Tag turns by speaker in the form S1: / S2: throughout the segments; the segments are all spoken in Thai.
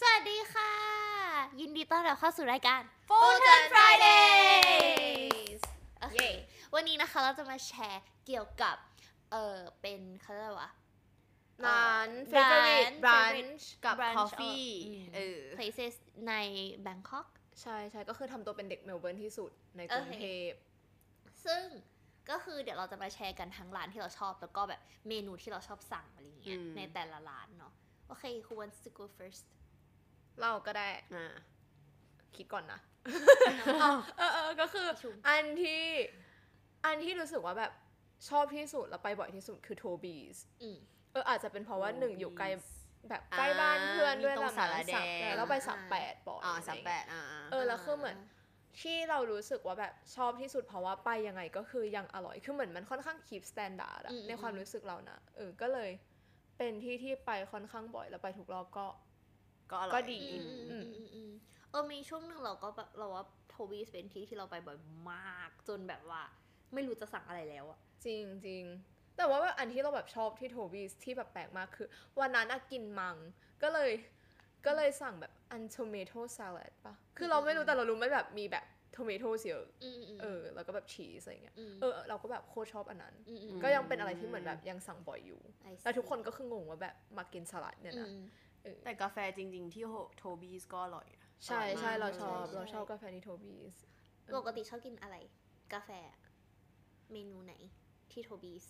S1: สวัสดีค่ะ ยินดีต้อนรับเข้าสู่รายการ
S2: Full Turn
S1: Fridays
S2: Fridays
S1: โอเควันนี้นะคะเราจะมาแชร์เกี่ยวกับ เออเป็นเขาเรียกว่า
S2: ร้าน
S1: ร้าน
S2: favorite
S1: favorite
S2: brunch กับ
S1: brunch
S2: coffee
S1: อืม
S2: เออ
S1: places ใน Bangkok
S2: ใช่ใช่ก็คือทำตัวเป็นเด็กเมลเบิร์นที่สุดในกรุงเทพ
S1: ซึ่งก็คือเดี๋ยวเราจะมาแชร์กันทั้งร้านที่เราชอบ แล้วก็แบบเมนูที่เราชอบสั่งอะไรอย่างเงี้ย
S2: อืม
S1: ในแต่ละร้านเนาะโอเค who wants to go first
S2: เราก็ได้อ่าคิดก่อนนะ เออเออก็คือ อันที่ อันที่รู้สึกว่าแบบชอบที่สุดแล้วไปบ่อยที่สุดคือโทบีส
S1: อืม
S2: เอออาจจะเป็นเพราะว่าหนึ่ง
S3: Toby's
S2: อยู่ไกลแบบใกล้บ้านเพื่อนด้วย
S3: อ่ามีตรง
S2: ละ
S3: สา
S2: มั้
S3: รแดง
S2: สามแล้วไป
S1: อ่า
S2: สามแปดบ่อย
S3: อ่า
S2: อะไร
S3: สาม
S2: เงี้ย
S3: แปดอ่า
S2: เออแล้วคือเหมือน ที่เรารู้สึกว่าแบบชอบที่สุดเพราะว่าไปยังไงก็คือยังอร่อย คือเหมือนมันค่อนข้างคี p สแตนดาร์ด
S1: อืมอืม
S2: ในความรู้สึกเรานะเออก็เลยเป็นที่ที่ไปค่อนข้างบ่อยแล้วไปทุกรอบก็
S3: ก็อร่อย
S2: ก็ดี
S1: อืมอืม
S3: อืม
S1: อืมอืมเออมีช่วงหนึ่งเราก็แบบเราว่าโทบีสเป็นที่ที่เราไปบ่อยมาก จนแบบว่า ไม่รู้จะสั่งอะไรแล้วอะ
S2: จริงจริงแต่ว่าแบบอันที่เราแบบชอบที่โทบีสที่แบบแปลกมากคือ วันนั้นอะกินมัง ก็เลยก็เลยสั่งแบบอันโทเมโตซลัดปะคือเราไม่รู้แต่เรารู้ไม่าแบบมีแบบโทเมโตเยอะ
S1: อืมอืม
S2: เออแล้วก็แบบชีสอะไรเงี้ย
S1: ม
S2: เออเราก็แบบโคตรชอบอันนั้น
S1: ม
S2: ก็ยังเป็นอะไรที่เหมือนแบบยังสั่งบ่อยอยู่
S1: ไอ้
S2: แล้วทุกคนก็คืองงว่าแบบมากินสลัดเนี่ยนะ
S1: อืม
S2: เออ
S3: แต่กาแฟจริง ๆ ที่โทบีสก็อร่อยนะ
S2: ใช่
S3: ออยมก
S2: ใช่เราชอบ
S1: ใช่
S2: เราชอบกาแฟนิโทบีส อืม
S1: ปกติชอบกินอะไร กาแฟ เมนูไหน ที่โทบีส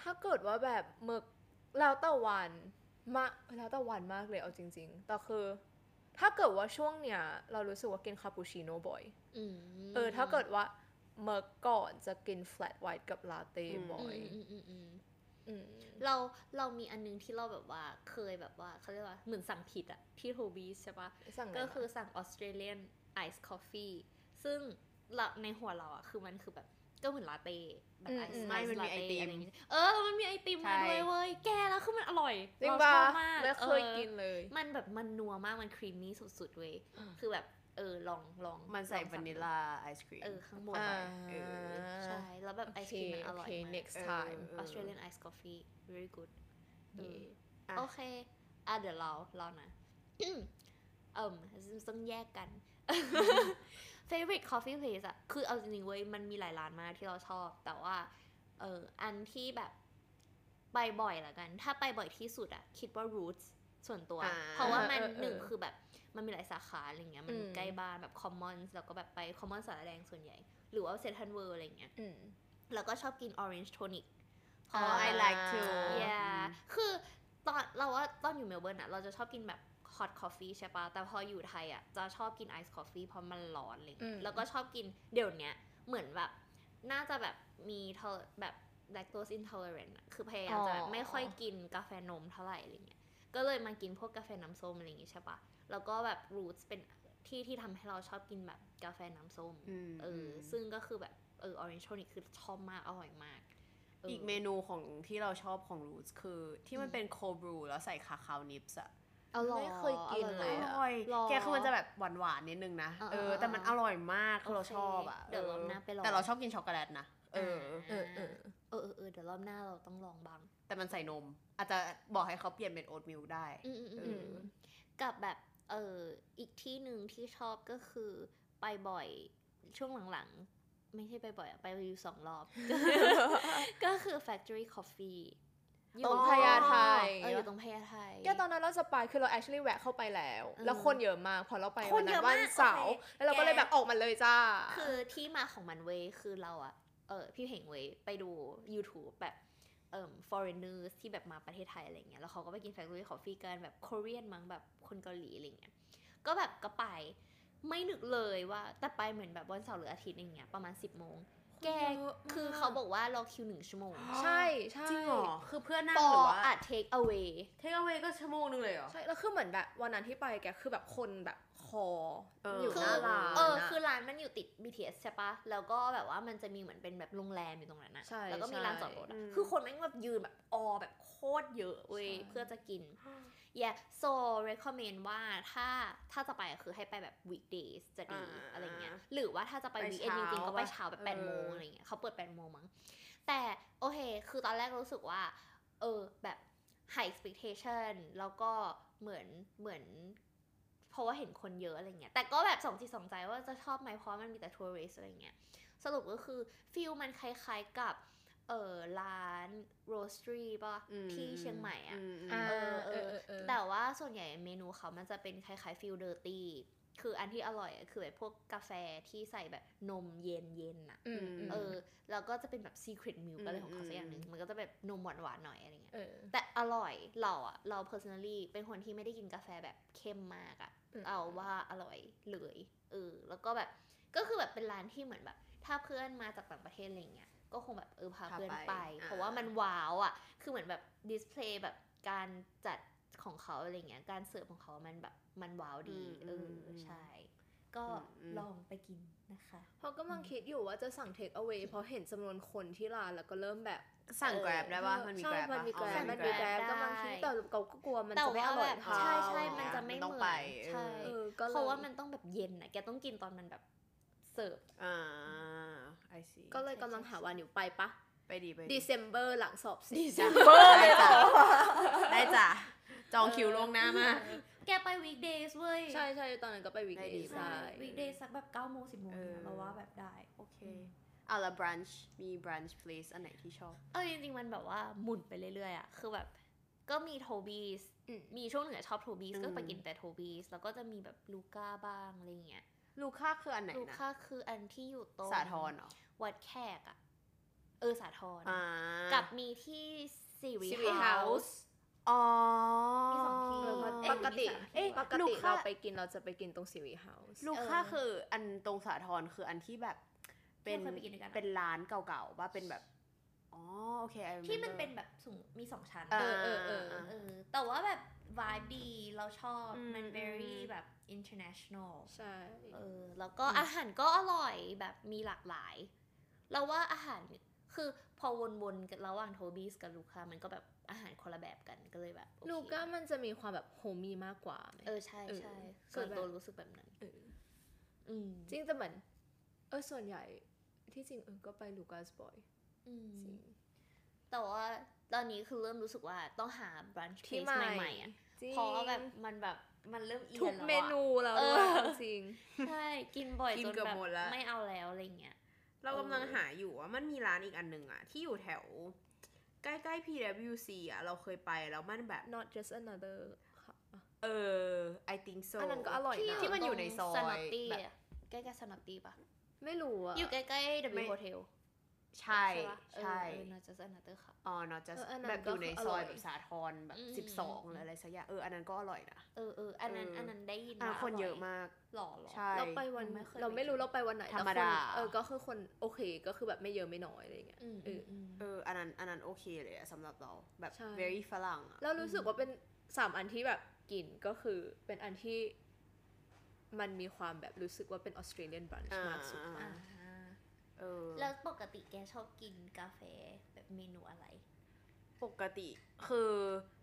S2: ถ้าเกิดว่าแบบหมึกแล้วแต่วันมาแล้วแต่วันมากเลยเอาจริง ๆ แต่คือ ถ้าเกิดว่าช่วงเนี้ยเรารู้สึกว่ากินคาปูชิโน่บ่อย
S1: อืม
S2: เออถ้าเกิดว่าเมื่อก่อนจะกินแฟลตไวท์กับลาเต้บ่อย
S1: อืมอืมอืม
S2: อืม
S1: เราเรามีอันนึงที่เราแบบว่าเคยแบบว่าเขาเรียกว่าเหมือนสั่งผิดอะที่โทบีสใช่ปะ
S2: สั่งะไร
S1: ก็
S2: มา
S1: คือสั่งออสเตรเลียนไอซ์คอฟฟี่ซึ่งเราในหัวเราอะคือมันคือแบบก็เหมือนลาเต้แบบไอซ์
S3: ไม่มันมีไอติม
S1: เออ มันมีไอติมมาด้วยเว้ย แกแล้วคือมันอร่อย
S2: จริง
S1: เรา
S2: ปะ
S1: ชอบมาก
S2: ไม่เคย
S1: ออ
S2: กินเลย
S1: มันแบบมันนัวมากมันครีมมี่สุดๆเว้ย
S2: อ่า
S1: คือแบบเออลองลอง
S3: มันใส่
S1: อง
S3: วานิลลาไอศครีม
S1: เออข้างบน
S2: อ่า
S3: เออ
S1: ใช่แล้วแบบไอศครีมมันอ
S2: โอ
S1: ร่อย
S2: เค
S1: มาก
S2: next time
S3: เออ
S1: ออสเตรเลียนไอซ์กาแฟ very good
S2: เออ
S1: เย่
S3: อ่ะ
S1: โอเค อ่ะเดี๋ยวเราเรานะ เอิ่มต้องแยกกัน favorite coffee place อะคือเอาจริงๆเว้ย มันมีหลายร้านมากที่เราชอบ แต่ว่า เอออันที่แบบ ไปบ่อยละกัน ถ้าไปบ่อยที่สุดอะคิดว่า roots ส่วนตัว
S3: อ่า
S1: เพราะว่ามัน
S2: เออเออ
S1: หนึ่งคือแบบ มันมีหลายสาขาอะไรเงี้ย มัน
S2: อืม
S1: ใกล้บ้านแบบ common แล้วก็แบบไป common สารแดงส่วนใหญ่ หรือว่า central world อะไรเงี้ย
S2: อืม
S1: แล้วก็ชอบกิน orange tonic เพ
S3: อ๋อ
S1: ราะว่า
S3: I like to
S2: อ่า
S1: yeah คือตอนเราว่าตอนอยู่เมลเบิร์นอะเราจะชอบกินแบบ hot coffee ใช่ปะแต่พออยู่ไทยอะจะชอบกิน ice coffee เพราะมันร้อนอะไรเล
S2: อื
S1: ย
S2: ม
S1: แล้วก็ชอบกินเดี๋ยวเนี้ยเหมือนแบบ น่าจะแบบมี tol- แบบ lactose intolerant อะคือพยายามจะแบบ
S3: อ๋อ
S1: ไม่ค่อยกินกาแฟนมเท่าไหร่อะไรเงี้ย ก็เลยมากินพวกกาแฟน้ำส้มอะไรอย่างงี้ใช่ปะแล้วก็แบบ roots เป็นที่ที่ทำให้เราชอบกินแบบกาแฟน้ำส้ม
S3: ม
S1: เอออซึ่งก็คือแบบ เออออริเอนทอนิกคือชอบมาก อร่อยมาก
S3: อีกเมนูของที่เราชอบของรูทคือที่มันเป็นโคบรูแล้วใส่คาคาวนิปส์อะ
S1: อร่อย
S2: ไม่เคยกิน
S1: อ
S3: อ
S1: ร่อย
S2: อะ
S3: ร่อย
S1: หรอ
S3: แกคือมันจะแบบหวานๆนิดนึงนะ
S1: อ่า
S3: เออ แต่มันอร่อยมากคือเรา
S1: โอเค
S3: ชอบอะ
S1: เดี๋ยวรอบหน้าไปลอง
S3: แต่เราชอบกินช็อกโกแลตนะ เออ
S2: เออเออ
S1: เออเออเออเดี๋ยวรอบหน้าเราต้องลองบ้าง
S3: แต่มันใส่นม อาจจะบอกให้เขาเปลี่ยนเป็นโอ๊ตมิลได้
S1: อืมอืมอืม
S3: เออ
S1: กับแบบ เอออีกที่หนึ่งที่ชอบก็คือ ไปบ่อยช่วงหลังๆ ไม่ใช่ไปบ่อยอะไปอยู่สองรอบ ก็คือ Factory Coffee อยู่
S2: ตรงพญาไท
S1: เอออยู่ตรงพญาไท
S2: แกตอนนั้นเราจะไปคือเรา actually แวะเข้าไปแล้ว
S1: อืม
S2: แล้วคนเยอะมากพอเราไป
S1: ค
S2: วัน น
S1: เย
S2: นั้
S1: อะมาก
S2: นวันเสาร์
S1: โอเค
S2: แล้วเราก็เลย
S1: แก
S2: แบบออกมาเลยจ้า
S1: คือที่มาของมันเว้ยคือเราอะเออพี่เพ่งเว้ยไปดู YouTube แบบเอ่อ foreigners ที่แบบมาประเทศไทยอะไรเงี้ยแล้วเขาก็ไปกิน factory coffee กันแบบ Korean มั้งแบบคนเกาหลีอะไรเงี้ยก็แบบก็ไปไม่นึกเลยว่าแต่ไปเหมือนแบบวันเสาร์หรืออาทิตย์อย่างเงี้ยประมาณ 10บโมงแก
S2: เยอะมาก
S1: คือเขาบอกว่ารอคิวหนึ่งชั่ว โมง
S2: ใช่ใช่
S3: จริงเหรอ คือเพื่อนนั่ง
S1: ป
S3: ห
S1: อ
S3: รือว่า
S1: อาจ take away
S3: เทคเอาไว้ก็ชั่วโมงนึงเลยเหรอ
S2: ใช่ แล้วคือเหมือนแบบวันนั้นที่ไปแกคือแบบคนแบบคอ
S3: เออ
S2: อยู่
S1: คื
S2: ห
S1: อ
S2: น้าร้าน
S1: เออ
S2: อะ
S1: คือร้านมันอยู่ติด BTS ใช่ปะแล้วก็แบบว่ามันจะมีเหมือนเป็นแบบโรงแรมอยู่ตรงนั้นนะ
S2: ใช่
S1: แล้วก็มี
S2: ใช่
S1: ลานจอดรถอะ
S3: อืม
S1: คือคนแม่งแบบยืนแบบออแบบโคตรเยอะเว้ย
S2: ใช่
S1: เพื่อจะกิน yeah so recommend ว่าถ้าถ้าจะไปอะคือให้ไปแบบ weekdays จะดี
S3: อ่า
S1: อะไรเงี้ยหรือว่าถ้าจะไป
S3: ไป
S1: weekend จริงๆ
S3: เช้า
S1: ก็ไปเช้าแบบ
S3: เออ
S1: 8โมงอะไรเงี้ยเขาเปิด8โมงมั้งแต่โอเค คือตอนแรกรู้สึกว่า เอ เออแบบ high expectation แล้วก็เหมือนเหมือน เพราะว่าเห็นคนเยอะอะไรเงี้ย แต่ก็แบบสองจิตสองใจว่าจะชอบไหมเพราะมันมีแต่ทัวริสอะไรเงี้ย สรุปก็คือฟิลมันคล้ายๆกับเออร้านโรสตรีป่ะ
S3: อืม
S1: ที่เชียงใหม่อ่ะ
S3: มม
S2: อ่า
S1: เออเออ
S2: เออ
S1: แต่ว่าส่วนใหญ่เมนูเขามันจะเป็นคล้ายๆฟิลเดอร์ตี้ คืออันที่อร่อยอะคือแบบพวกกาแฟที่ใส่แบบนมเย็นเย็นๆอะ
S2: อืม
S3: ม
S1: เออ แล้วก็จะเป็นแบบซีเครตมิล
S3: อืม
S1: อะไรของเขา
S3: อืม
S1: สักอย่างหนึ่ง มันก็จะแบบนมหวานๆหน่อยอะไรเงี้ย
S2: เออ
S1: แต่อร่อย เราอะเรา personally เป็นคนที่ไม่ได้กินกาแฟแบบเข้มมากอะ
S2: อืม
S1: เอาว่าอร่อยเลย เออ แล้วก็แบบ ก็คือแบบเป็นร้านที่เหมือนแบบ ถ้าเพื่อนมาจากต่างประเทศอะไรเงี้ย ก็คงแบบเออพา
S3: พา
S1: เพื่อน
S3: ไป
S1: ไป
S3: อ่า
S1: เพราะว่ามันว้าวอะคือเหมือนแบบดิสเพลย์แบบการจัดของเขาอะไรเงี้ย การเสิร์ฟของเขามันแบบมันว้าวดี เอออใช่ ก็ลองไปกินนะคะ
S2: เขากำลังคิดอยู่ว่าจะสั่ง take away เพราะเห็นจำนวนคนที่ร้านแล้วก็เริ่มแบบ
S3: สั่ง
S1: เออ
S3: แกร็บได้ว่ามันมี
S2: ใช่
S3: แกร็บ
S2: มันมีแก
S1: อ๋
S2: ร็
S1: อ
S2: บ
S1: มั
S2: มัน
S1: นมี
S2: มีแก
S1: Grab
S2: ร็บ
S1: ได้
S2: กำลังคิดแต่ก็กลัวมัน
S1: แต่
S2: จะไม่
S1: ว่า
S2: อร่
S1: แบ
S2: อย
S1: บ
S2: เท่า
S1: ใช่ใช่มันจะไม่
S3: ต้อ
S1: เหมือ
S3: ง
S1: น
S3: ไป
S1: ใช่
S2: เออก็ลย
S1: เพราะว่ามันต้องแบบเย็นอะแกต้องกินตอนมันแบบเสิร์ฟ
S3: อ่าไอซี
S2: ก็เลยกำลังหาวันอยู่ไปปะ
S3: ไปดีไป
S2: December หลังสอบเสร็จ
S3: December ได้จ้ะได้จ้ะจองคิวล่วงหน้ามาก
S1: แกไปวีคเดย์เว้ย
S2: ใช่ใช่ตอนนั้นก็ไปวิก
S3: ได้
S2: เด
S3: ดี
S2: ย์
S3: ไป
S2: ใช่
S1: วีคเดย์สักแบบ9ก้าโมงสิบโมง
S3: เออ
S1: เราว่าแบบได้
S3: โอเคเอาละ brunch มี brunch place อันไหนที่ชอบ
S1: เออจริงๆ มันแบบว่าหมุนไปเรื่อยๆอะคือแบบ ก็มีโทบีสมีช่วงหนึ่งอะชอบโทบีส
S3: อืม
S1: ก็ไปกินแต่โทบีสแล้วก็จะมีแบบลูก้าบ้างอะไรเงี้ย
S3: ลูค่าคืออันไหน
S1: ลู
S3: นะ
S1: ก้าคืออันที่อยู่ตรง
S3: สาทรเหรอ
S1: วัดแขกอะเออสาทร
S3: อ่า
S1: กับมีที่ซีรี
S2: ซีรีเฮาส์
S3: อ๋อ
S1: มีสองที่
S2: เออมัน
S1: เอ๊ะ
S2: ปกติ
S1: มีสามที่
S2: เอ๊ะ
S1: ว่ะ
S2: ปก
S3: ลู
S2: ติ
S3: กค้า
S2: เราไปกินเราจะไปกินตรงซีรีเฮาส์
S3: ลูค่า
S1: เออ
S3: คืออันตรงสาทรคืออันที่แบบเป็น
S1: ที่เราเคยไปกินด้วยกันอะ
S3: เป็นร้านเก่าๆว่าเป็นแบบอ๋อโอเค I remember
S1: ที่มันเป็นแบบสูงมีสองชั้น
S3: อ่า
S2: เออเออเออ
S1: เออแต่ว่าแบบ vibe ดี เราชอบ
S3: อืม
S1: มัน very
S3: อืม
S1: แบบ international
S2: ใช่
S1: เออ แล้วก็อาหารก็อร่อยแบบมีหลากหลาย เราว่าอาหารคือพอวนๆกันระหว่างโทบีสกับลูค่ามันก็แบบอาหารคนละแบบกันก็เลยแบบโอเค
S2: ลูก้ามันจะมีความแบบโฮมี่มากกว่าไหม
S1: เออใช่ใช่
S2: เออ
S1: ส่วน
S2: ก็แบบ
S1: ตัวรู้สึกแบบนั้น
S2: เออ
S1: อืม
S2: จริงแต่เหมือนเออส่วนใหญ่ที่จริงเออก็ไปลูก้าสบ่อย
S1: อืม
S2: จริง
S1: แต่ว่าตอนนี้คือเริ่มรู้สึกว่าต้องหา brunch place ใหม่ๆอ่ะ
S2: จริง
S1: เพราะว่าแบบมันแบบมันเริ่มเอียน
S2: ทุก
S1: แล้ว
S2: เม
S1: อะ
S2: นูแล้ว
S1: เออ
S2: ด้วยจริง
S1: ใช่กินบ่อย
S3: กิน
S1: จน
S3: เกือบ
S1: แบบ
S3: หมดละ
S1: ไม่เอาแล้วอะไรเงี้ย
S3: เรากำลังหาอยู่ว่ามันมีร้านอีกอันหนึ่งอะที่อยู่แถว ใกล้ๆ PWC อะเราเคยไปแล้วมันแบบ
S2: not just another ค่ะ
S3: เออ I think so
S2: อันนั้นก็อร่อยนะ
S3: ที่มันอยู่ในซอย
S1: สนอตตี้
S3: แบบ
S1: ใกล้ๆสนอตตี้ปะ
S2: ไม่รู้อะ
S1: อยู่ใกล้ๆ
S3: ไม่
S1: W Hotel
S3: ใช่
S1: ปะ
S3: ใช่
S1: เออเออน่าจะสนอตตี้ค่ะ
S3: อ๋อ not
S2: เอ
S3: just
S2: ออันนั้น
S3: แบบอยู่ใน
S2: ก็คือ
S3: ซอ
S2: อย ร่อย
S3: แบบสาทรแบ
S1: อืม
S3: บ 12หรืออะไรสักอย่างเอออันนั้นก็อร่อยนะ
S1: เออเอออันนั้น
S3: เอออั
S1: อันนั้นได้ยิน
S3: อ่ะ
S1: ว่า
S3: คนเยอะ
S1: ร่
S3: มาก
S1: หล่อหรอ
S3: ใช่
S2: เราไปวัน
S1: ไม่เคยไป
S2: เราไม่รู้เราไปวันไหนแต่
S3: ธรรมดา
S2: คนเออก็คือคนโอเคก็คือแบบไม่เยอะไม่น้อยอะไรอย่างเงี้ย
S1: อืม
S2: เอออื
S1: ม
S3: เอออันนั้นอันนั้นโอเคเลยอะสำหรับเราแบบ
S2: ใช่
S3: very ฝรั่งอะ
S2: แล้วรู้สึกว่าเป็นสามอันที่แบบกินก็คือเป็นอันที่มันมีความแบบรู้สึกว่าเป็นออสเตรเลียนบรันช์
S3: อ่าม
S2: ากสุด
S3: อ่า
S1: อ่า
S3: เออ
S1: แล้วปกติแกชอบกินกาแฟแบบเมนูอะไร
S3: ปกติคือ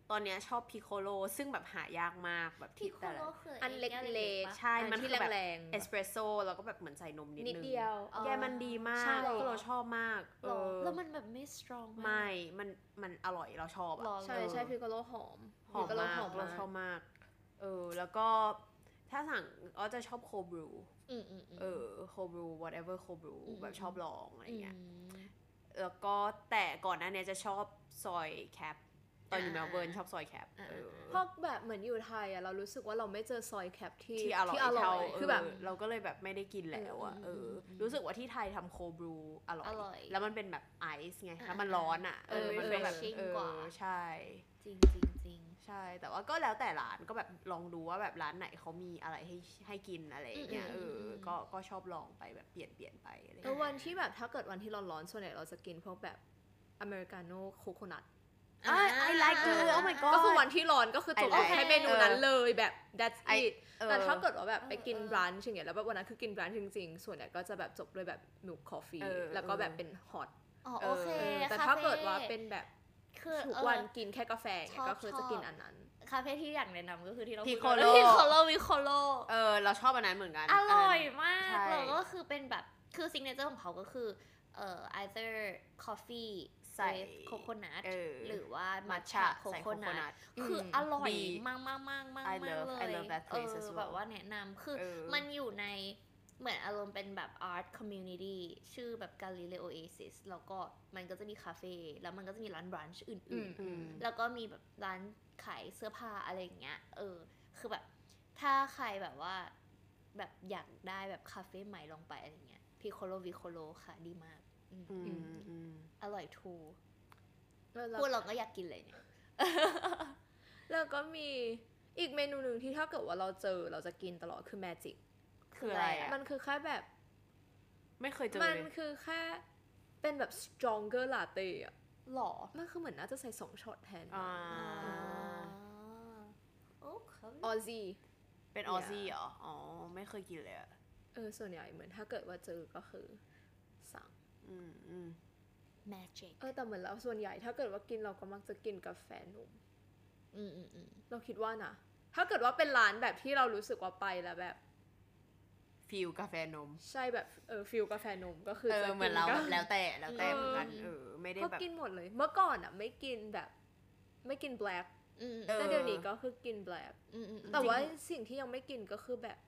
S3: ตอนเนี้ยชอบพิโคโลซึ่งแบบหายากมากแบบ
S1: ที่
S3: ที่
S1: โค
S3: แต่
S1: โล
S3: ละ
S1: คือ
S2: อันเล็กๆ
S1: แวๆปะ
S3: ใช่
S2: อั
S3: มัน
S2: น
S3: คื
S2: ที่
S3: อแบบ
S2: แรงๆ
S3: เอ
S2: แบ
S3: ส
S2: บ
S3: เปรสโซแล้วก็แบบเหมือนใส่นมนิด
S2: นิด
S3: นึง
S2: เดียว
S1: อ๋อ
S3: แกมันดีมาก
S2: ใช่
S3: พิโคโลชอบมาก
S1: หร
S3: เอ
S1: อ
S3: อ
S1: แล้วมันแบบไม่สตรอง
S3: ไม่ มันมันอร่อยเราชอบ
S1: หร
S3: อะ
S1: อ
S2: ใช่ใช่พิโกโลหอม
S3: หอม
S2: พิโกโล
S3: มาก
S2: หอม
S3: เรา
S2: มาก
S3: ชอบมากเออแล้วก็ถ้าสั่งก็จะชอบโคบรู
S1: อืมอืมอืม
S3: เออโคบรู whatever โคบรู
S1: อืม
S3: แบบชอบลองอะไรเงี้ย
S1: ม
S3: แล้วก็แต่ก่อนหน้าเนี้ยจะชอบซอยแคปตอนอยู่เม
S1: อ่า
S3: ลเบิร์นชอบซอยแคป
S1: อ่า
S3: เออ
S2: เพราะแบบเหมือนอยู่ไทยอะเรารู้สึกว่าเราไม่เจอซอยแคปที่
S3: ที่อร่อย
S2: ที่อร่อย
S3: เท่า
S2: คือแบบ
S3: เเราก็เลยแบบไม่ได้กินแล้วอ่ะ
S1: เอ
S3: เอ
S1: อ
S3: อ
S1: อืม
S3: รู้สึกว่าที่ไทยทำโคบรูอร่
S1: อร่อย
S3: แล้วมันเป็นแบบไอซ์ไง
S1: อ่า
S3: แล้วมันร้อนอ่ะ
S1: เออ
S3: มันก็แบบ
S1: refreshing
S3: เออก
S1: ว่า
S3: ใช่
S1: จริงจริงจริง
S3: ใช่ แต่ว่าก็แล้วแต่ร้านก็แบบลองดูว่าแบบร้านไหนเขามีอะไรให้ให้กินอะไรอย่างเงี้ย
S1: อืม
S3: เอ
S1: อืม
S3: ออ
S1: ม
S3: ก็ก็ชอบลองไปแบบเปลี่ยนเปลี่ยนไปอะไรอย่าง
S2: เออ
S3: เงี้ย
S2: วันที่แบบถ้าเกิดวันที่ร้อนๆส่วนใหญ่เราจะกินพวกแบบอเมริกาโน่โคโคนัท
S3: อ่ะ I like you oh my god
S2: ก็คือวันที่ร้อนก็คือจบ
S3: I like
S2: แค่เมนูนั้นเลยแบบ that's
S3: ไอ้
S2: it
S3: ออ
S2: แต่ถ้าเกิดว่าแบบไปกิน
S1: เออเออ
S2: ร้านอย่างเงี้ยแล้วแบบวันนั้นคือกินร้านจริงๆ ส่วนใหญ่ก็จะแบบจบด้วยแบบมิลค์คอฟฟี่
S3: เออ
S2: แล้วก็แบบเป็นฮอต
S1: อ๋อโอเค
S3: เออ
S2: แต่
S1: คฟ่
S2: ถ้าเกิดว่าเป็นแบบ
S1: คือ
S2: ทุก
S1: เออ
S2: วันกินแค่กาแฟอย่างเงี้
S1: ชอบ
S2: ยก็คือจะกินอันนั้น
S1: คาเฟ่ที่อยากแนะนำก็คือที่เรา
S3: พิ
S1: พูด
S3: โคโล
S1: พิโคโลวิโคโล
S3: เออเราชอบอันนั้นเหมือนกัน
S1: อร่อย
S3: น
S1: มาก
S3: ใช่
S1: แล้วก็คือเป็นแบบ คือซิงเกิลของเขาก็คือเอ่อ either coffee
S3: ส ใส่
S1: with โคโคนัท
S3: เออ
S1: หรือว่า
S3: มั
S1: มั
S3: ท
S1: ท
S3: ฉะ
S1: ฉะโค
S3: ใส่โค
S1: โค
S3: โค
S1: นัท
S3: นัท
S1: คืออร่อย
S3: ดี
S1: มากมากมากมาก
S3: I
S1: เลย
S3: love- I love that
S1: เอ
S3: place
S1: อ
S3: as well
S1: แบบว่าแนะนำคือ
S3: เออ
S1: มันอยู่ในเหมือนอารมณ์เป็นแบบ art community ชื่อแบบ Galileo Oasis แล้วก็มันก็จะมีคาเฟ่แล้วมันก็จะมีร้านบรันช์อื่น
S3: อืม
S1: ๆ แล้วก็มีแบบร้านขายเสื้อผ้าอะไรอย่างเงี้ยเออ คือแบบถ้าใครแบบว่าแบบอยากได้แบบคาเฟ่ใหม่ลองไปอะไรเงี้ยพิโคโลวิโคโลค่ะดีมากอืม
S3: อืมอืม
S1: อร่อยทู
S2: แล้ว
S1: พูดเราก็อยากกินเลยเนี่ย
S2: แล้วก็มีอีกเมนูหนึ่งที่ถ้าเกิดว่าเราเจอเราจะกินตลอดคือแมจิก
S3: คืออะไรอะ
S2: มันคือแค่แบบ
S3: ไม่เคยเจอ
S2: มัน
S3: เลย
S2: คือแค่เป็นแบบ stronger latte อะ
S1: หรอ
S2: มันคือเหมือนน่าจะใส่สองช็อตแทน
S3: อ่า
S1: โอเค
S2: ออซี่
S3: เป็นออซี่เหรอ อ๋อ ไม่เคยกินเลยอะ
S2: เออ ส่วนใหญ่เหมือนถ้าเกิดว่าเจอก็คือสั่ง
S3: อืมอืม
S1: แมจิก
S2: เออแต่เหมือนเราส่วนใหญ่ถ้าเกิดว่ากินเราก็มักจะกินกาแฟนม
S1: อืมอืมอืม
S2: เราคิดว่านะ ถ้าเกิดว่าเป็นร้านแบบที่เรารู้สึกว่าไปแล้วแบบ
S3: ฟิลกาแฟนม
S2: ใช่แบบเออฟิลกาแฟนมก็คือ
S3: เออ
S2: จะ
S3: เหมื
S2: กิ
S3: อน
S2: น
S3: เรา
S2: ก็
S3: แบบแล้วแต่แล้วแต่เหมือนกัน เออ ไม่ได้
S2: ก็
S3: แบบ
S2: กินหมดเลย เมื่อก่อนอ่ะไม่กินแบบ ไม่กินแบล็ค
S1: อืม
S3: เออ
S2: แต่เดี๋ยวนี้ก็คือกินแบล็ค
S1: อืมอืม
S2: แต่ว่าสิ่งที่ยังไม่กินก็คือแบบ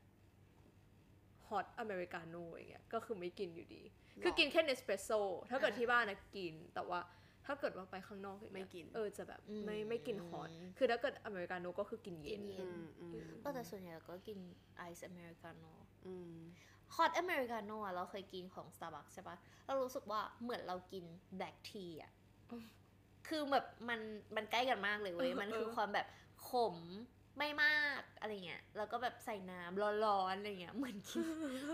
S2: ฮอตอเมริกาโน่อย่างเงี้ยก็คือไม่กินอยู่ดี คือกินแค่เนสเปรสโซ่ถ้าเกิดที่บ้านนะกิน แต่ว่าถ้าเกิดว่าไปข้างนอกอย่างเงี้ย
S3: ไม่กิน
S2: เออจะแบบไม่ไม่กินฮอตคือถ้าเกิดอเมริกาโน่ก็คือกินเย็น
S3: อืมอืม
S1: ก็แต่ส่วนใหญ่เราก็กินไอซ์อเมริกาโน่
S3: อืม
S1: ฮอตอเมริกาโน่อะเราเคยกินของ Starbucks ใช่ปะเรารู้สึกว่าเหมือนเรากินแบล็กทีอ่ะ คือแบบมันมันใกล้กันมากเลยเว้ย
S2: เออ
S1: มันคือ
S2: เออ
S1: ความแบบขมไม่มากอะไรเงี้ย แล้วก็แบบใส่น้ำร้อนๆอะไรเงี้ย เหมือน กิน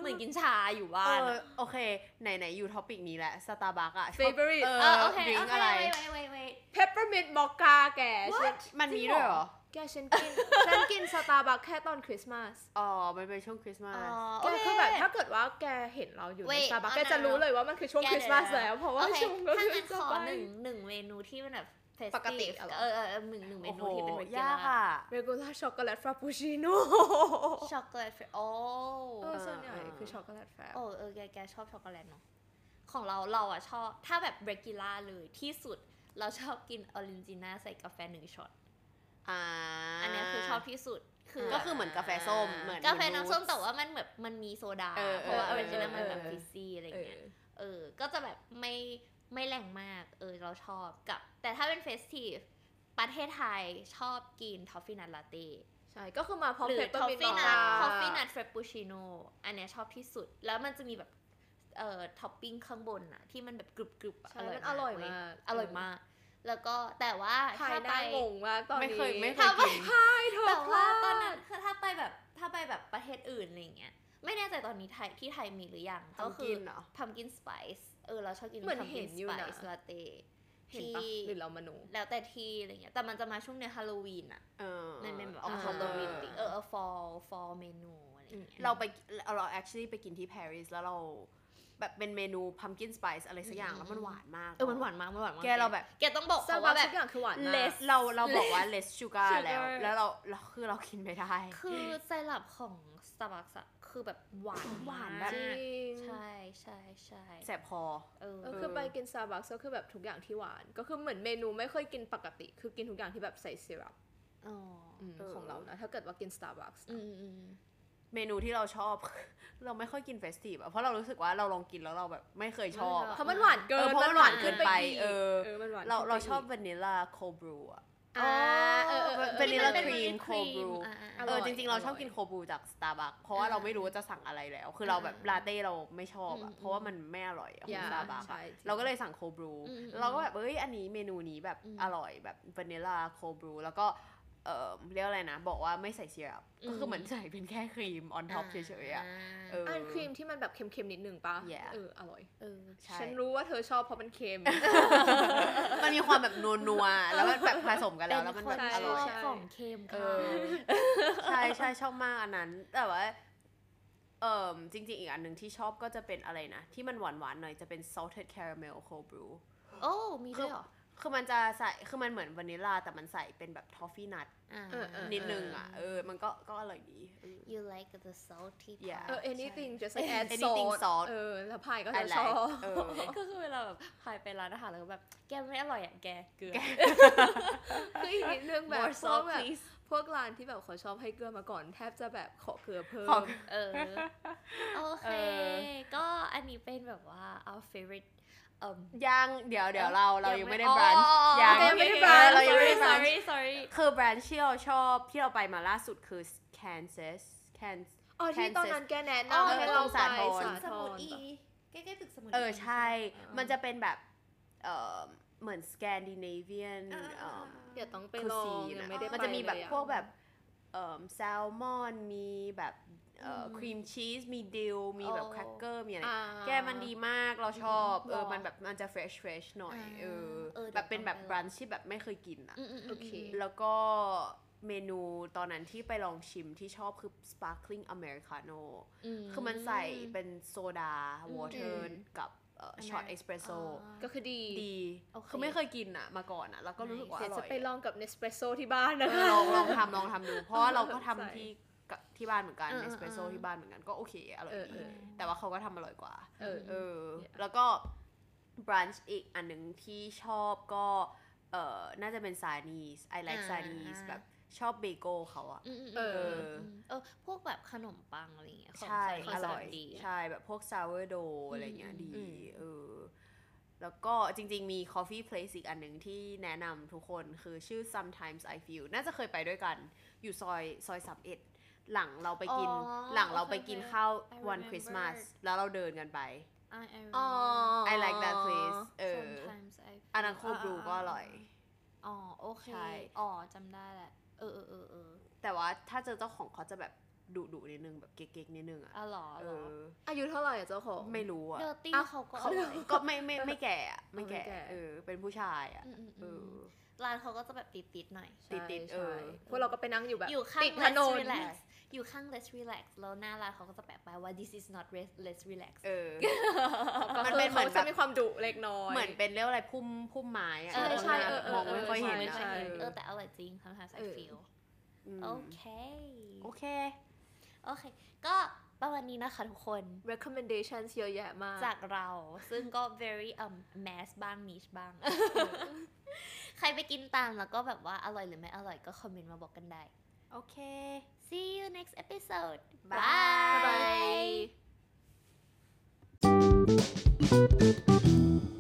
S1: เหมือนกินชาอยู่บ้าน
S3: เอ
S1: อะ
S3: อโอเค ไหน ๆ อยู่ท็อปิกนี้แหละสตาร์บัคอะชอบ
S2: Favorite
S3: เอ
S1: เออ
S3: อ
S1: โอเค
S3: ดื่
S1: โอ
S3: ม
S1: เค
S3: อะไร
S1: เว้ยเว้ยเว้ยเว้ย
S2: เพปเปอร์มินต์มอคาแกฉัน
S3: มันมีด้วยเหรอ
S2: แกฉันกิน ฉันกินสตาร์บัคแค่ตอนคริสต์มาส
S3: อ๋อ มันเป็นช่วงคริสต์มาส
S2: แกคือแบบถ้าเกิดว่าแกเห็นเราอยู่ใน
S1: Wait,
S2: สตาร์บัค
S1: เอา
S2: แกจะ
S1: นะ
S2: รู้เลยว่ามันคือช่วง
S1: แก
S2: ค
S1: เดี๋ยว
S2: ริสต์มาส
S1: นะ
S2: แล้ว เพราะว่า
S1: โอเค
S2: ช่วงก็
S1: ถ้า
S2: คือ
S1: งั้น
S2: จะ
S1: ขอ
S2: ไป
S1: หนึ่งหนึ่งเมนูที่เป็นแบบ festive
S2: ปกติอะเหรอ
S1: เออเออเออหนึ่งหนึ่งเม
S3: โอ้โห
S1: นูที่เป็นเว
S3: ยา
S1: ลาก
S3: อะ
S2: เรกูล่าช็อกโกแลตฟราปูชิโน่
S1: ช็อกโกแลต โอ้
S2: เออส่วนใหญ่คือช็อกโกแลตแฟบ
S1: โอ้เออแกแกชอบช็อกโกแลตเนาะของเราเราอ่ะชอบ ถ้าแบบเบรกิล่าเลยที่สุดเราชอบกินออริจินาใส่กาแฟหนึ่งช็อต
S3: อ่า
S1: อันเนี้ยคือชอบที่สุดคือ
S3: ก็คือเหมือนกาแฟส้มเหมือน
S1: กาแฟ
S3: มูส
S1: น้ำส้มแต่ว่ามันแบบมันมีโซดา
S3: เออ
S1: เพราะว่าอ
S3: เอ
S1: อ
S3: อ
S1: ริจินา
S3: เออ
S1: มันแบบ
S3: เออ
S1: ฟิซซี่อะไร
S2: เอ
S1: เงี้ย
S2: อ
S1: เออ ก็จะแบบไม่ไม่แรงมาก เออ เราชอบกับ แต่ถ้าเป็นเฟสทีฟประเทศไทยชอบกินทอฟฟี่นัทลาเต้
S2: ใช่ ก็คือมาพร้อม
S1: หรื
S2: เพ
S1: อ
S2: ปเปอ
S1: ทอฟ
S2: ร์มิ
S1: ฟี่
S2: นต์มอ
S1: นั
S2: คา
S1: ททอฟฟี่นัทเฟรปปูชิโนอันเนี้ยชอบที่สุด แล้วมันจะมีแบบ เอ่อ ท็อปปิ้งข้างบนอะที่มันแบบกรึบๆอะ
S2: ใช่มันอร่อยมาก
S1: อร่อยมาก แล้วก็แต่ว่า
S2: พาย
S1: ถ้า
S2: ห
S1: ไป
S2: น้างงมากตอนนี้
S3: ไม่เคยไม่เค
S1: ถ้าย ไป
S3: กิน
S2: ไม่เธอ
S1: แต่ว่า
S2: พลด
S1: ตอนนั้นคือถ้าไปแบบถ้าไปแบบประเทศอื่นอะไรอย่างเงี้ย ไม่แน่ใจตอนนี้ไทยที่ไทยมีหรือยัง ก็คื
S3: กินเหรอ
S1: พัมกินสไปซ์เออเราชอบกิน
S2: เหมือน
S1: พัม
S2: เห็
S1: กินส
S2: นอยู่
S1: ไป
S2: นะ
S1: ซ์ลาเต้
S2: เห็น
S1: ที่
S2: ปะหรือเรามโน
S1: แล้วแต่ที่อะไรเงี้ยแต่มันจะมาช่วงเดือนฮาโลวีนอะ
S3: เออ
S1: มันเป็นแบบอ
S2: อ่า
S1: อกฮาโลวีนติเออเออ fall fall เมนูอะไรเงี้ย
S3: เราไปเรา actually ไปกินที่ปารีสแล้วเรา แบบเป็นเมนู pumpkin spice อะไรสักอย่างแล้วมันหวานมาก
S1: เออมันหวานมากมันหวานมาก
S3: แกเราแบบ
S1: แกต้องบอก
S2: สตา
S1: เขา
S2: ร์บัค
S1: ว่าแบ
S2: ทุ
S1: บ
S2: กอย่างคือหวานมา
S3: เล
S2: ก
S3: สเราเราบอกว่าเลสชูการ
S2: sugar
S3: แล้ว แล้วเราเราคือเรากินไม่ได้
S1: คือไซรัปของ Starbucks อะคือแบบหวาน
S3: หวา
S1: มาม
S3: นาก
S1: ก
S2: จริง
S1: ใช่ใช่ใช่
S3: แสบคอ
S1: เออ
S2: เออ
S3: เออ
S2: คือไปกินซาบักก็คือแบบทุกอย่างที่หวาน ก็คือเหมือนเมนูไม่เคยกินปกติ คือกินทุกอย่างที่แบบใส่ซีรัป
S1: อ๋อ
S2: อืมของเรานะ ถ้าเกิดว่ากิน Starbucks
S1: อืมอืมอืม
S3: เมนูที่เราชอบ เราไม่ค่อยกินเฟสติฟอะเพราะเรารู้สึกว่าเราลองกินแล้วเราแบบไม่เคยชอบอะ
S2: เพราะมันหวานเกิ
S3: เอน อเพราะมันหวานเกินไป
S2: อีก
S3: เออ
S2: เออมันหวาน
S3: เรา
S2: ขึ้นไป
S3: เราชอบ
S2: ก
S3: วานิลลาโคบรูอะ
S2: อ่าเออเออเออ
S3: วานิลลา
S1: เป็
S3: คน รีม
S1: whipped
S3: โค
S1: cream
S3: บรู
S1: อ่ะอ่ะ
S2: อ
S1: อ่ะ
S2: ร่
S3: เอ
S2: อย
S3: อจริงๆ เราชอบ
S2: อร่อย
S3: กินโคบรูจากสตาร์บัคเพราะว่า
S1: อ่า
S3: เราไม่รู้ว่าจะสั่งอะไรแล้ว คือเราแบบ
S1: อ่า
S3: ลาเต้เราไม่ชอบอะ
S1: อืม
S3: เพราะว่ามันไม่อร่อยอะของ
S2: อย่า
S3: สตาร์บัค
S2: ใช่จริง
S3: เราก็เลยสั่งโคบรู
S1: อืม
S3: เราก็แบบเอ้ยอันนี้เมนูนี้แบบ
S1: อืม
S3: อร่อยแบบวานิลลาโคบรูแล้วก็เออเรียกอะไรนะ บอกว่าไม่ใส่เชียร์ก็คือ
S1: ม
S3: เหมือนใส่เป็นแค่ครีมออนท็อปเฉยๆอะเอออ
S2: อันครีมที่มันแบบเค็มๆนิดนึงปะ
S3: Yeah
S2: เอออร่อย
S1: เออ
S3: ใช่
S2: ฉันรู้ว่าเธอชอบเพราะมันเค็ม
S3: มันมีความแบบนัวๆ แล้วมันแบบผสมกันแล้วแล้วมันแบบ
S2: เป็
S3: อน
S2: คน
S3: ร่อย
S1: ช
S3: อะ
S1: บของเค็ม
S3: เอ
S1: ค่ะ
S3: อใช่ใช่ชอบมากอันนั้น แต่ว่าเอ่มจริงๆ อีกอันหนึ่งที่ชอบก็จะเป็นอะไรนะ ที่มันหวานๆหน่อยจะเป็น salted caramel cold brew
S1: โอ้ มีด้วยเหรอ
S3: คือมันจะใส่คือมันเหมือนวานิลลาแต่มันใส่เป็นแบบทอฟฟี่นัท
S1: อ่า
S2: เออเออ
S3: นิดนึงอ่ะเออมันก็ก็อร่อยดีเออ
S1: you like the salty
S3: Yeah.
S1: part
S2: เออ
S1: ใช่
S2: anything just like add
S3: Anything
S2: salt
S3: salt
S2: เออแล้วพายก็จะ
S3: I
S2: ชอบ
S3: like เออ
S1: ก็คือเวลาแบบพายไปร้านอาหารแล้วก็แบบแกไม่อร่อยอ่ะแกเกลือ
S2: คืออีกนิดนึงแบบ
S1: more
S2: พวก
S1: salt
S2: แบบ
S1: please
S2: พวกร้านที่แบบเขาชอบให้เกลือมาก่อนแทบจะแบบขอเกลือเพิ่ม
S3: ขอ
S1: เออ โอเค
S3: เออ
S1: ก็อันนี้เป็นแบบว่า our favorite เอิ่ม
S3: ยังเดี๋ยวเดี๋ยวเราเรายังไม่ได้ b ร a น
S1: อ๋
S3: c h
S1: ออ๋อ
S3: ยัง
S1: โอเค
S2: ยังไม่ได้
S1: โอค
S2: brunch
S3: เรายังไม่ได้
S1: sorry sorry
S3: brunch
S1: sorry
S3: คือ b ร a น c h ที่เราชอบที่เราไปมาล่าสุดคือ Kansas Kansas
S2: อ๋อที่ตอนนั้นแกแนะ
S1: อ๋อ
S2: นำให้เราไป
S3: สาธร
S2: สา
S1: ส
S2: ธ
S1: มุ
S2: ร
S1: ด
S2: ณ์
S1: อี
S2: ปะ
S1: ใกล้ๆตึกสมุด
S3: เออใช่
S2: เออ
S3: มันจะเป็นแบบเออเหมือนสแกนดิเนเวียน
S1: อ่าอ่าอ่า
S2: เดี๋ยวต้องไป
S3: คือ
S2: ลอ
S3: ซี
S2: ง
S3: น
S2: ยัง
S3: อะ
S2: ไม่ได้ไป
S3: มันจะมีแบบ
S2: เลยอ
S3: พวกแบบเออแซลมอนมีแบบเอออ
S1: ม
S3: ครีมชีสมีดิลมีแบบ
S1: โอ้
S3: แครกเกอร์มีอะไร
S2: อ่า
S3: แกมันดีมากเราชอบเออ
S2: หรอ
S3: มันแบบมันจะเฟรชเฟรชหน่อย
S1: อ่า
S3: เออ
S1: เออเดี๋ยว
S3: แบบเป็นแบบ
S1: ต้องไปลอง
S3: บรันช์ที่แบบไม่เคยกินอ่ะ
S1: อืมอืมม
S2: โอเค
S3: แล้วก็เมนูตอนนั้นที่ไปลองชิมที่ชอบคือ sparkling americano
S1: ม
S3: คือมันใส่เป็นโซดา วอเตอ
S2: อืม
S3: ร์กับช็อตเอสเปรสโซ
S1: อ่า
S2: ก็คือดี
S3: ดี
S1: โอเค
S3: คือไม่เคยกินอ่ะ มาก่อนอ่ะ แล้วก็รู้สึกว่า
S2: เดี๋
S3: อ
S2: ยว
S3: ร่
S2: จะ
S3: อย
S2: ไปลองกับเนสเปรสโซที่บ้านนะ
S3: เออ
S2: คะ
S3: ลองลองทำลองทำดู เพราะว่าเราก็
S2: ใส่
S3: ทำที่กับที่บ้านเหมือนกัน
S1: อ่า
S3: เอสเปรสโซ
S1: อ่า
S3: ที่บ้านเหมือนกันก็โอเค อร่อย
S2: เออ
S3: ดี
S2: เออ
S3: แต่ว่าเขาก็ทำอร่อยกว่า
S2: เออเอ
S3: เอ
S2: อ
S3: อ
S2: Yeah.
S3: แล้วก็บรันช์อีกอันหนึ่งที่ชอบก็เออน่าจะเป็นซานีส I like
S1: อ่า
S3: ซานีสแบบชอบเบโก้เขาอะ
S1: อืมอืม
S2: เออ
S1: มมเออ พวกแบบขนมปังอะไรอย่างเงี้ยของ
S3: ใช่
S1: ไทย
S3: อ
S1: เขาจะ
S3: ร่อย
S1: ดี
S3: ใช่ แบบพวกซาวเวอร์โดอะไรเงี้ย
S1: อืม
S3: ดี
S1: อืม
S3: เออ แล้วก็จริงๆมี Coffee Place อีกอันหนึ่งที่แนะนำทุกคนคือชื่อ sometimes I feel น่าจะเคยไปด้วยกัน อยู่ซอยซอยสามเอ็ด หลังเราไปกิน
S1: อ๋อ
S3: หลังเรา
S1: โอเค
S3: ไปกิน
S1: โอเค
S3: ข้าว
S1: I
S3: วัน
S1: remember
S3: คริสต์มาส แล้วเราเดินกันไป
S1: I I remember
S3: I like that place เออ
S1: sometimes I
S3: อันนั้นโคบรูก็อร่อย
S1: อ๋อโอเค
S3: ใช่
S1: อ๋อจำได้แหละ เออเออเออเออ
S3: แต่ว่าถ้าเจอเจ้าของเขาจะแบบดุดุๆนิดนึง แบบเก๊กๆนิดนึงอ่ะ
S1: อ๋อเหรอ
S3: เอ
S1: เหรอ
S3: อ
S2: อายุเท่าไหร่อะเจ้าของ
S3: ไม่รู้อ่ะ
S1: เดอร์ตี้
S2: อ้าว
S1: เขาก็อ
S3: เขา
S1: ร่อย
S3: ก็ไม่ไม่ไม่แก่อะไม่แก่
S2: ไม่แก่
S3: เออ เป็นผู้ชายอ่ะ
S1: อืมอืม
S3: เอ
S1: อืม
S3: อ
S1: ร้านเขาก็จะแบบติดๆหน่อย
S2: ใช่
S3: ติดๆเอ
S2: ใช่
S3: อ
S2: พวกเราก็ไปนั่งอยู่แบบ
S1: อยู่ข้าง
S2: ติดถน
S1: let's
S2: น
S1: relax อยู่ข้าง let's relax แล้วหน้าร้านเขาก็จะแปะไปายว่า this is not re- let's relax
S3: เออ
S2: ก็
S3: มัน
S2: คือ
S3: เป็นเหมื
S2: เขา
S3: อน
S2: จะ
S3: แบบ
S2: มีความดุเล็กน้อย
S3: เหมือนเป็นเรียกว่าอะไรพุ่มพุ่มไม้อะ
S1: ใช่ใช่
S3: แบบมองไม่ค่อยเห็นอะ
S2: ใช่ใช่
S1: เออแต่อร่อยจริง sometimes I
S2: เออ
S1: feel
S3: ม
S1: โอเค
S3: โอเค
S1: โอเค ก็ประมาณนี้นะคะทุกคน
S2: recommendations เยอะแยะมาก
S1: จากเราซึ่งก็ very um mass บ้าง niche บ้าง ใครไปกินตามแล้วก็แบบว่าอร่อยหรือไม่อร่อยก็คอมเมนต์มาบอกกันได้
S3: โอเค
S1: see you next episode
S3: บ๊าย
S1: Bye